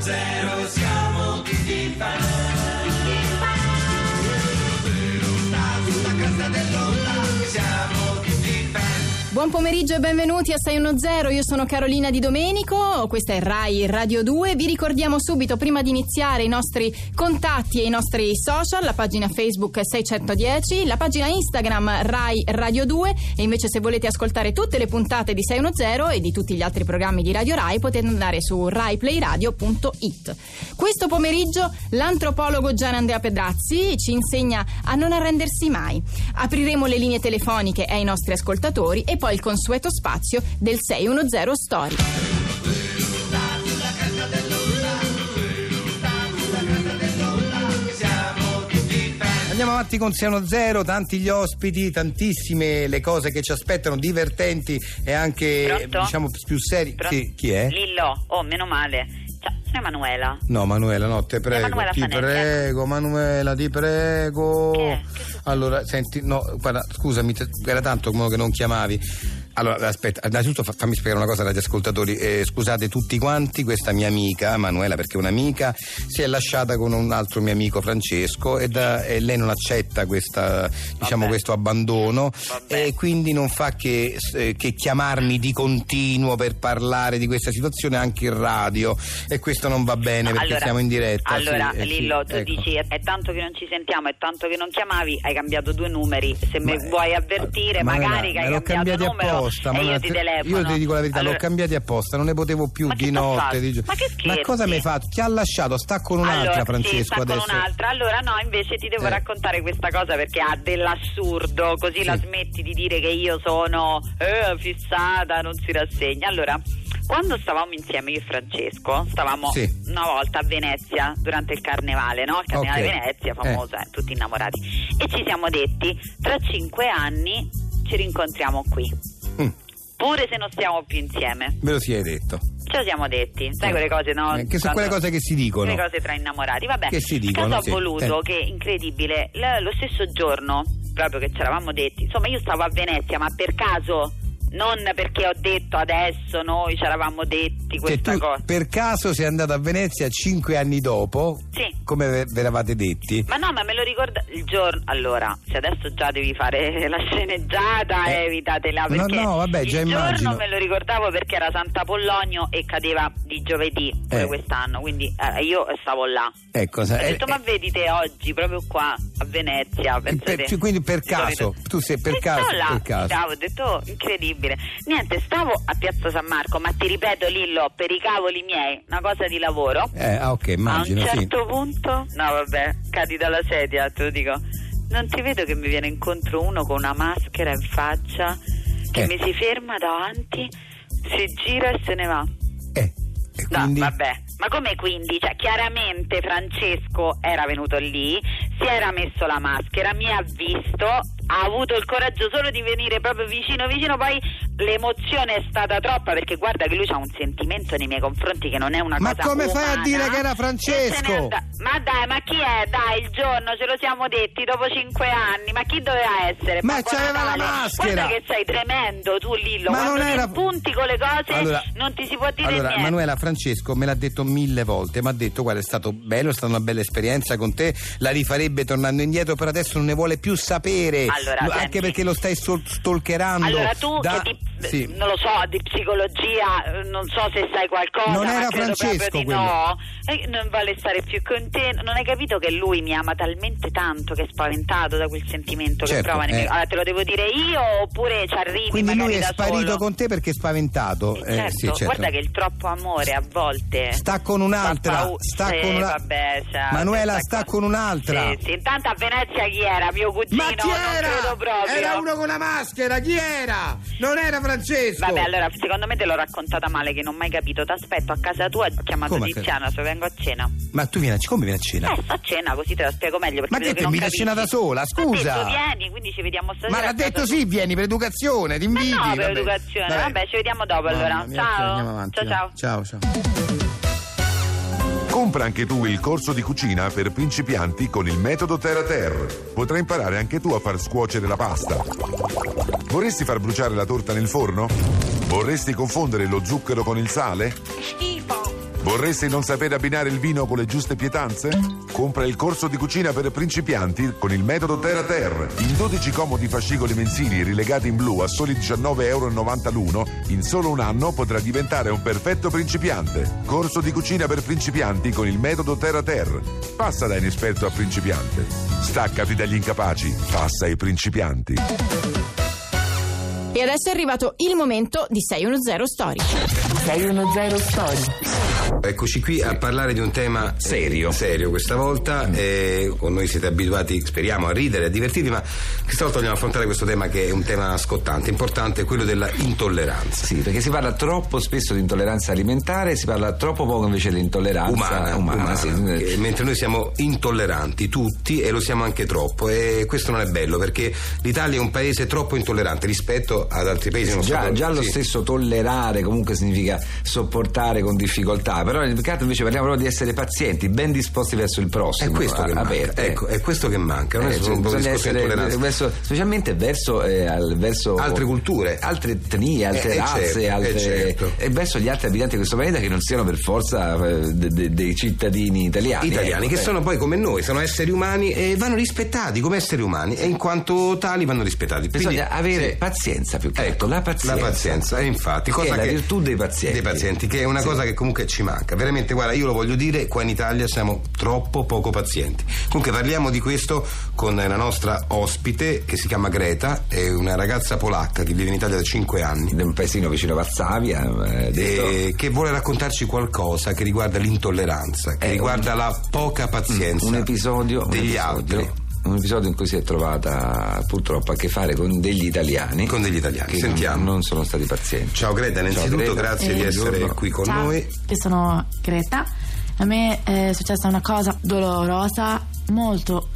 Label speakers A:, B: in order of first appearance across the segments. A: zero siamo tutti fan.
B: Buon pomeriggio e benvenuti a 610, io sono Carolina Di Domenico, questa è RAI Radio 2, vi ricordiamo subito prima di iniziare i nostri contatti e i nostri social, la pagina Facebook 610, la pagina Instagram RAI Radio 2 e invece se volete ascoltare tutte le puntate di 610 e di tutti gli altri programmi di Radio RAI potete andare su raiplayradio.it. Questo pomeriggio l'antropologo Gian Andrea Pedrazzi ci insegna a non arrendersi mai, apriremo le linee telefoniche ai nostri ascoltatori e poi il consueto spazio del 610 Story.
C: Andiamo avanti con Siano Zero, tanti gli ospiti, tantissime le cose che ci aspettano, divertenti e anche
D: Pronto?
C: diciamo più serie.
D: Pro-
C: Chi, chi è? Eh,
D: Lillo, oh, meno male. Ciao, sono Emanuela.
C: No, Manuela, no, te prego,
D: Eh, Manuela
C: ti
D: Fanelli,
C: prego, Manuela, ti
D: Che
C: prego.
D: è? Che succede?
C: Allora, senti, no, guarda, scusami, te- era tanto come che non chiamavi. Allora, aspetta, innanzitutto fa- fammi spiegare una cosa agli ascoltatori. Eh, scusate tutti quanti, questa mia amica, Manuela, perché è un'amica, si è lasciata con un altro mio amico Francesco e, da- e lei non accetta questa, diciamo,
D: Vabbè.
C: questo abbandono
D: Vabbè.
C: e quindi non fa che, eh, che chiamarmi di continuo per parlare di questa situazione anche in radio e questo non va bene perché
D: Allora-
C: siamo in diretta.
D: Allora,
C: sì, eh, sì,
D: Lillo, tu
C: ecco.
D: dici è, è tanto che non ci sentiamo, è tanto che non chiamavi, hai cambiato due numeri. Se
C: Ma- eh,
D: mi vuoi avvertire,
C: Ma
D: magari che
C: me
D: hai
C: l'ho
D: cambiato
C: cambiati
D: numero
C: apposta,
D: e
C: ma
D: io
C: guarda,
D: ti
C: te-
D: telefono.
C: io ti dico la verità, l'ho
D: Allora-
C: cambiato apposta, non ne potevo più
D: Ma
C: di
D: che t'ha
C: notte.
D: fatto?
C: Di... gio-
D: Ma che scherzi?
C: cosa mi hai fatto? Ti ha lasciato, sta con un'altra
D: Allora,
C: Francesco
D: sì, sta
C: adesso.
D: con un'altra. Allora no, invece ti devo
C: Eh.
D: raccontare questa cosa perché ha dell'assurdo, così
C: Sì.
D: la smetti di dire che io sono eh, fissata, non si rassegna. Allora, quando stavamo insieme io e Francesco, stavamo
C: Sì.
D: una volta a Venezia durante il carnevale, no? Il carnevale
C: Ok.
D: di Venezia,
C: Eh.
D: famosa, eh, tutti innamorati. E ci siamo detti, tra cinque anni ci rincontriamo qui,
C: Mm,
D: pure se non stiamo più insieme.
C: me lo si è detto.
D: Ce lo siamo detti, sai
C: Eh.
D: quelle cose, no?
C: Eh, che sono
D: Quando-
C: quelle cose che si dicono.
D: le cose tra innamorati, vabbè.
C: Che si dicono,
D: Caso
C: sì.
D: ha voluto
C: Eh.
D: che, incredibile, l- lo stesso giorno, proprio che ce l'avamo detti, insomma io stavo a Venezia, ma per caso, non perché ho detto adesso noi ce l'avamo detti
C: Cioè,
D: questa
C: tu
D: cosa.
C: per caso sei andato a Venezia cinque anni dopo,
D: Sì.
C: come ve- ve eravate detti,
D: Ma no, ma me lo ricorda il giorno. Allora, se adesso già devi fare la sceneggiata,
C: Eh.
D: evitatela.
C: No,
D: Perché
C: no, vabbè, già
D: il
C: immagino.
D: giorno me lo ricordavo perché era Santa Pollonio e cadeva di giovedì pure
C: Eh.
D: quest'anno, quindi eh, io stavo là.
C: Ecco, sa-
D: Ho
C: eh,
D: detto, ma vedi te oggi, proprio qua a Venezia.
C: eh,
D: pensa
C: per-
D: te.
C: quindi per
D: Di solito.
C: caso, tu sei per
D: E
C: caso,
D: sto là,
C: per caso.
D: stavo, ho detto, oh, incredibile. Niente, stavo a Piazza San Marco, ma ti ripeto, Lillo, per i cavoli miei, una cosa di lavoro.
C: Eh, ah, ok, immagino,
D: a un certo
C: sì.
D: punto, no, vabbè, cadi dalla sedia, te lo dico. Non ti vedo che mi viene incontro uno con una maschera in faccia, che
C: Eh.
D: mi si ferma davanti, si gira e se ne va.
C: Eh, e
D: No,
C: quindi?
D: vabbè. Ma come quindi? Cioè, chiaramente Francesco era venuto lì, si era messo la maschera, mi ha visto, ha avuto il coraggio solo di venire proprio vicino vicino, poi l'emozione è stata troppa perché guarda che lui ha un sentimento nei miei confronti che non è una
C: Ma
D: cosa
C: come fai a
D: umana.
C: dire che era
D: E se
C: Francesco?
D: n'è andata- Ma dai, ma chi è? Dai, il giorno ce lo siamo detti dopo cinque anni, ma chi doveva essere?
C: Ma
D: Babbo
C: c'aveva la
D: Natale?
C: maschera!
D: Guarda che sei tremendo tu Lillo,
C: Ma
D: quando
C: non
D: ti
C: era-
D: punti con le cose
C: Allora-
D: non ti si può dire
C: Allora,
D: niente.
C: Manuela Francesco me l'ha detto mille volte, mi ha detto guarda è stato bello, è stata una bella esperienza con te, la rifarebbe tornando indietro, per adesso non ne vuole più sapere,
D: Allora,
C: Lo- anche
D: senti.
C: perché lo stai sol- stalkerando.
D: Allora tu,
C: da-
D: che di-
C: sì.
D: non lo so, di psicologia, eh, non so se sai qualcosa,
C: Non
D: ma
C: era
D: credo
C: Francesco
D: proprio di
C: quello.
D: no. Eh, non vuole stare più con te, non hai capito che lui mi ama talmente tanto che è spaventato da quel sentimento che
C: Certo,
D: prova. nei miei-
C: eh.
D: Allora te lo devo dire io oppure ci arrivi
C: Quindi
D: magari
C: lui è
D: da
C: sparito
D: solo?
C: con te perché è spaventato.
D: Eh,
C: Eh,
D: certo,
C: sì, certo.
D: guarda che il troppo amore a volte
C: Sta con un'altra,
D: fa paura.
C: sta
D: Sì,
C: con una-
D: vabbè, cioè,
C: Manuela,
D: questa
C: sta
D: cosa-
C: con un'altra.
D: Sì, sì, intanto a Venezia chi era? Mio cugino?
C: Ma chi
D: Non credo
C: era?
D: proprio.
C: Era uno con la maschera, chi era? Non era Francesco.
D: Vabbè, allora, secondo me te l'ho raccontata male, che non ho mai capito. Ti aspetto a casa tua, ho chiamato
C: Come a
D: Tiziano, se vengo a cena.
C: Ma tu vieni a, come vieni a cena?
D: Eh, sto a cena, così te la spiego meglio. Perché
C: Ma
D: vedo
C: che te
D: non
C: mi da
D: capisci.
C: cena da sola,
D: Ho
C: scusa.
D: detto, vieni, quindi ci vediamo stasera.
C: Ma l'ha
D: a casa
C: detto
D: tua.
C: sì, vieni per educazione, ti
D: Ma
C: inviti.
D: no, per
C: vabbè.
D: educazione. Vabbè. ci vediamo dopo
C: Mamma
D: allora.
C: mia, ok, andiamo
D: ciao.
C: avanti,
D: ciao,
C: va.
D: ciao.
C: Ciao, ciao.
E: Compra anche tu il corso di cucina per principianti con il metodo Terra Terra. Potrai imparare anche tu a far scuocere la pasta. Vorresti far bruciare la torta nel forno? Vorresti confondere lo zucchero con il sale?
F: Schifo!
E: Vorresti non sapere abbinare il vino con le giuste pietanze? Compra il corso di cucina per principianti con il metodo Terra Terra. In 12 comodi fascicoli mensili rilegati in blu a soli 19,90 euro l'uno, in solo un anno potrà diventare un perfetto principiante. Corso di cucina per principianti con il metodo Terra Terra. Passa da inesperto a principiante. Staccati dagli incapaci, passa ai principianti.
B: E adesso è arrivato il momento di 610 Story.
F: 610 Story.
C: Eccoci qui a parlare di un tema serio, serio questa volta. eh, con noi siete abituati, speriamo, a ridere, a divertirvi, ma questa volta vogliamo affrontare questo tema che è un tema scottante, importante, quello della intolleranza.
G: Sì, perché si parla troppo spesso di intolleranza alimentare, si parla troppo poco invece di intolleranza
C: Umana, umana,
G: sì.
C: eh, mentre noi siamo intolleranti tutti e lo siamo anche troppo e questo non è bello perché l'Italia è un paese troppo intollerante rispetto ad altri paesi. non
G: Già,
C: so-
G: già lo
C: sì.
G: stesso tollerare comunque significa sopportare con difficoltà, però nel mercato invece parliamo proprio di essere pazienti, ben disposti verso il
C: È
G: prossimo,
C: questo che
G: a-
C: manca.
G: aperti.
C: Ecco, è questo che manca, non
G: Eh,
C: è solo
G: cioè,
C: un po' di
G: bisogna
C: discorso di
G: essere
C: intolleranza.
G: verso- specialmente verso, eh, al- verso
C: Altre culture.
G: altre etnie, altre
C: Eh, eh,
G: razze,
C: certo, eh,
G: altre-
C: certo.
G: e verso gli altri abitanti di questo pianeta che non siano per forza eh, de- de- dei cittadini italiani.
C: italiani
G: ecco,
C: che
G: eh.
C: sono poi come noi, sono esseri umani e vanno rispettati come esseri umani e in quanto tali vanno rispettati. Quindi-
G: Bisogna avere
C: sì. Ecco,
G: pazienza più che altro, la pazienza.
C: La pazienza, eh, infatti,
G: Che
C: cosa
G: è la virtù dei pazienti.
C: dei pazienti, che è una cosa che comunque ci manca. Veramente, guarda, io lo voglio dire, qua in Italia siamo troppo poco pazienti. Comunque parliamo di questo con la nostra ospite che si chiama Greta, è una ragazza polacca che vive in Italia da 5 anni.
G: In un paesino vicino a Varsavia, eh, detto-
C: eh, che vuole raccontarci qualcosa che riguarda l'intolleranza, che
G: Eh, mm,
C: riguarda la poca pazienza
G: un episodio,
C: degli
G: un episodio,
C: altri.
G: Un episodio in cui si è trovata purtroppo a che fare con degli italiani.
C: Con degli italiani,
G: che
C: sentiamo.
G: Non, non sono stati pazienti.
C: Ciao Greta, innanzitutto
G: Greta.
C: grazie
H: Eh,
C: di essere
G: buongiorno.
C: qui con
H: Ciao,
C: noi.
H: Io sono Greta. A me eh, è successa una cosa dolorosa, molto,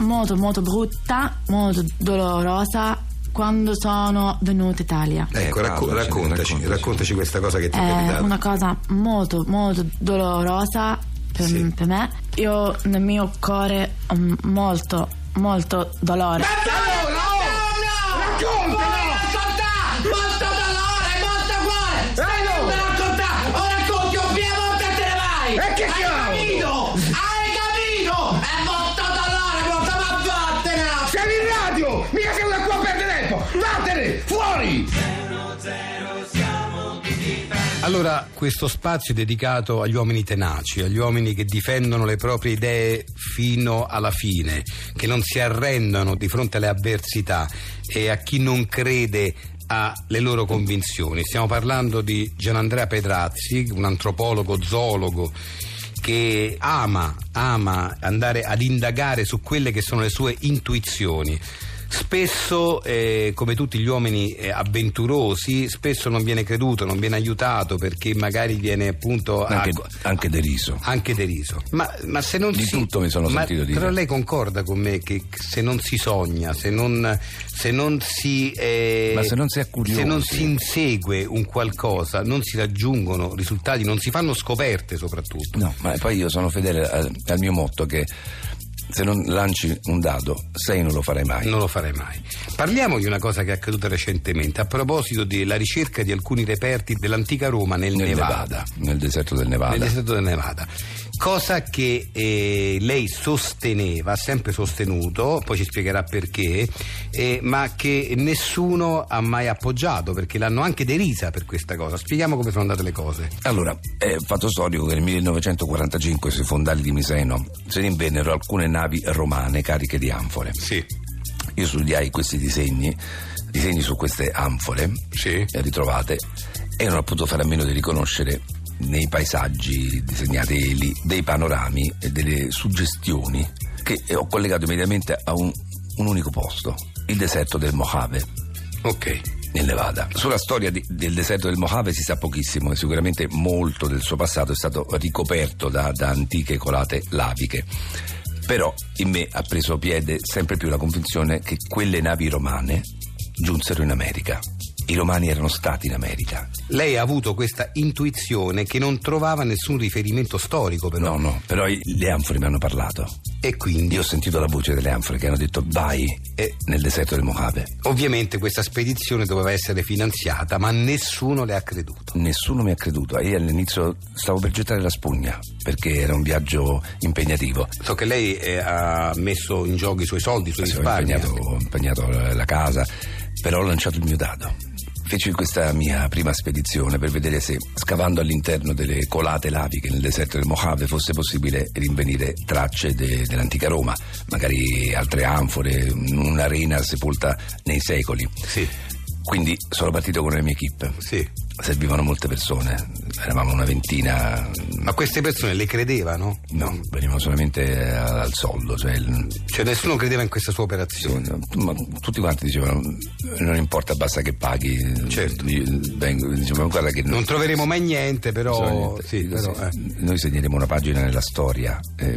H: molto, molto brutta, molto dolorosa quando sono venuta in Italia.
C: Ecco,
G: Eh,
C: racco-
G: parlaci,
C: raccontaci, raccontaci,
G: raccontaci.
C: questa cosa che ti è
H: È
C: capitata.
H: una cosa molto, molto dolorosa per,
C: Sì.
H: per me. Io nel mio cuore ho molto, molto dolore.
C: oh!
I: Allora, questo spazio è dedicato agli uomini tenaci, agli uomini che difendono le proprie idee fino alla fine, che non si arrendono di fronte alle avversità e a chi non crede alle loro convinzioni. Stiamo parlando di Gianandrea Pedrazzi, un antropologo, zoologo che ama, ama andare ad indagare su quelle che sono le sue intuizioni. Spesso, eh, come tutti gli uomini eh, avventurosi, spesso non viene creduto, non viene aiutato perché magari viene appunto
G: Anche-
C: Ecco.
I: anche deriso. Anche deriso. Ma, ma se non
G: Di
I: si,
G: tutto mi sono
I: ma-
G: sentito dire.
I: Però lei concorda con me che se non si sogna, se non, se non si. eh,
G: Ma se non si è curiosi.
I: se non si insegue un qualcosa, non si raggiungono risultati, non si fanno scoperte soprattutto.
J: No, ma poi io sono fedele al, al mio motto che se non lanci un dado, sei non lo farai mai.
I: Non lo farei mai. Parliamo di una cosa che è accaduta recentemente, a proposito della ricerca di alcuni reperti dell'antica Roma nel,
J: Nel Nevada,
I: Nevada.
J: nel deserto del Nevada.
I: nel deserto del Nevada. Cosa che eh, lei sosteneva, ha sempre sostenuto, poi ci spiegherà perché, eh, ma che nessuno ha mai appoggiato perché l'hanno anche derisa per questa cosa. Spieghiamo come sono andate le cose.
J: Allora, è fatto storico che nel 1945 sui fondali di Miseno se ne invennero alcune navi romane cariche di anfore.
I: Sì,
J: Io studiai questi disegni, disegni su queste anfore
I: sì.
J: eh, ritrovate e non ho potuto fare a meno di riconoscere nei paesaggi disegnati lì dei panorami e delle suggestioni che eh, ho collegato immediatamente a un, un unico posto, il deserto del Mojave
I: Ok.
J: nel Nevada. Sulla storia di- del deserto del Mojave si sa pochissimo e sicuramente molto del suo passato è stato ricoperto da, da antiche colate laviche. Però in me ha preso piede sempre più la convinzione che quelle navi romane giunsero in America I romani erano stati in America.
I: Lei ha avuto questa intuizione che non trovava nessun riferimento storico,
J: No,
I: però.
J: no, però i- le anfore mi hanno parlato.
I: E quindi,
J: Io ho sentito la voce delle anfore che hanno detto vai eh, nel deserto del Mojave.
I: ovviamente, questa spedizione doveva essere finanziata, ma nessuno le ha creduto.
J: Nessuno mi ha creduto. Io all'inizio stavo per gettare la spugna perché era un viaggio impegnativo.
I: So che lei eh, ha messo in gioco i suoi soldi, i suoi
J: Sì, Ho
I: risparmi.
J: impegnato, ho impegnato la la casa, però ho lanciato il mio dado. Feci questa mia prima spedizione per vedere se, scavando all'interno delle colate laviche nel deserto del Mojave, fosse possibile rinvenire tracce de- dell'antica Roma, magari altre anfore, un'arena sepolta nei secoli.
I: Sì,
J: Quindi sono partito con la mia equip.
I: sì.
J: Servivano molte persone, eravamo una ventina,
I: Ma queste persone le credevano?
J: no, venivano solamente eh, al soldo, cioè il-
I: Cioè, nessuno credeva in questa sua operazione.
J: Ma tutti quanti dicevano: Non importa, basta che paghi.
I: Certo.
J: Io vengo, dicevano, guarda che
I: Non troveremo mai niente,
J: bisogna
I: però.
J: niente.
I: Sì,
J: Dico,
I: però,
J: se-
I: eh.
J: Noi segneremo una pagina nella storia, eh,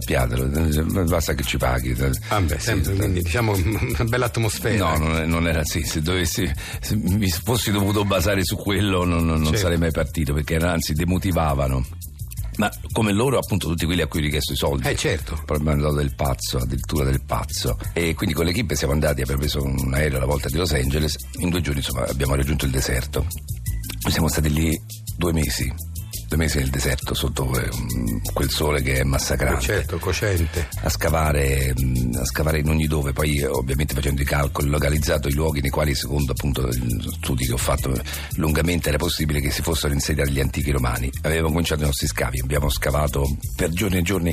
J: sappiatelo, basta che ci paghi.
I: Ah, beh,
J: Sì,
I: sempre,
J: t-
I: quindi diciamo una bella atmosfera.
J: No, non, non era sì, se, dovessi, se mi fossi dovuto basare su quello non, non- non
I: Certo.
J: sarei mai partito perché era- anzi demotivavano. Ma come loro, appunto, tutti quelli a cui ho richiesto i soldi.
I: Eh, certo.
J: Poi mi hanno dato del pazzo, addirittura del pazzo. E quindi con l'equipe siamo andati, abbiamo preso un aereo alla volta di Los Angeles. In due giorni, insomma, abbiamo raggiunto il deserto. Noi siamo stati lì due mesi. Due mesi nel deserto, sotto eh, quel sole che è
I: Eh,
J: massacrante
I: certo, cosciente.
J: a scavare, mh, a scavare in ogni dove, poi eh, ovviamente facendo i calcoli, localizzato i luoghi nei quali, secondo appunto gli studi che ho fatto eh, lungamente, era possibile che si fossero insediati gli antichi romani. Avevamo cominciato i nostri scavi, abbiamo scavato per giorni e giorni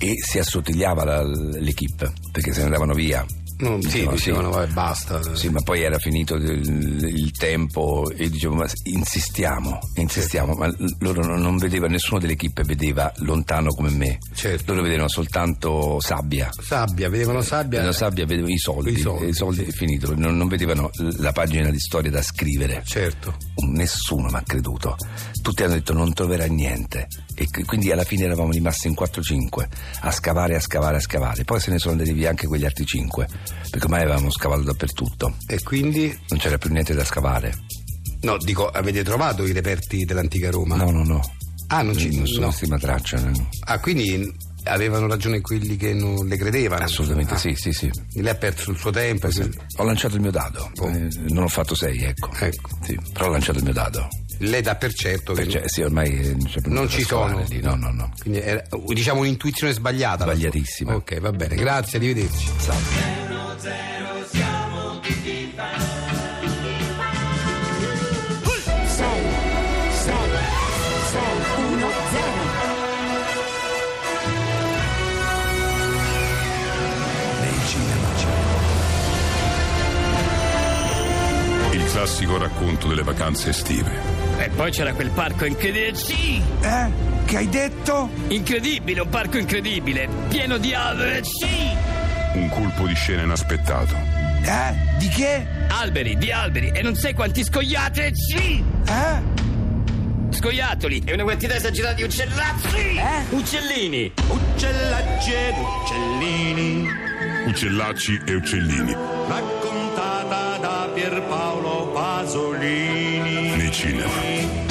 J: e si assottigliava la- l'equipe perché se ne andavano via.
I: No, sì,
J: Dicevano,
I: dicevano, "Vabbè, basta.
J: Sì, ma poi era finito il, il tempo e dicevo, ma insistiamo, insistiamo, ma l- loro non, non vedeva, nessuno dell'equipe vedeva lontano come me.
I: Certo.
J: Loro vedevano soltanto sabbia.
I: Sabbia, vedevano sabbia.
J: La sabbia vedeva i soldi,
I: I soldi,
J: e
I: sì.
J: finito, non, non vedevano la pagina di storia da scrivere.
I: Certo.
J: Nessuno mi ha creduto. Tutti hanno detto non troverà niente. E qui- quindi alla fine eravamo rimasti in 4-5 a scavare, a scavare, a scavare. Poi se ne sono andati via anche quegli altri 5, perché ormai avevamo scavato dappertutto.
I: E quindi?
J: Non c'era più niente da scavare.
I: No, dico, avete trovato i reperti dell'antica Roma?
J: No, no, no. Mm,
I: Ah, non ci
J: non sono
I: no.
J: stima traccia. no.
I: Ah, quindi avevano ragione quelli che non le credevano?
J: Assolutamente
I: Ah,
J: sì, sì, sì.
I: Lei ha perso il suo tempo.
J: Ho lanciato il mio dado. Eh, non ho fatto 6, ecco.
I: Boh. Ecco.
J: Sì, però ho lanciato il mio dado.
I: Lei dà per certo che...
J: Cioè, sì, ormai eh, non, c'è più
I: Non
J: nulla da
I: ci
J: scavare
I: sono.
J: lì. No, no, no.
I: Quindi era, diciamo un'intuizione sbagliata.
J: Sbagliatissima.
I: Ok, va bene, grazie, arrivederci.
K: Il classico racconto delle vacanze estive.
A: E poi c'era quel parco incredibile. Sì!
L: Eh? Che hai detto?
A: Incredibile, un parco incredibile. Pieno di alberi. Sì!
K: Un colpo di scena inaspettato.
L: Eh? Di che?
A: Alberi, di alberi e non sai quanti scoiattoli. Sì!
L: Eh?
A: Scoiattoli e una quantità esagerata di uccellazzi.
L: Eh?
A: Uccellini.
L: Uccellacci ed uccellini,
K: Uccellacci e uccellini
L: raccontata da Pierpaolo Pasolini.
K: nei cinema.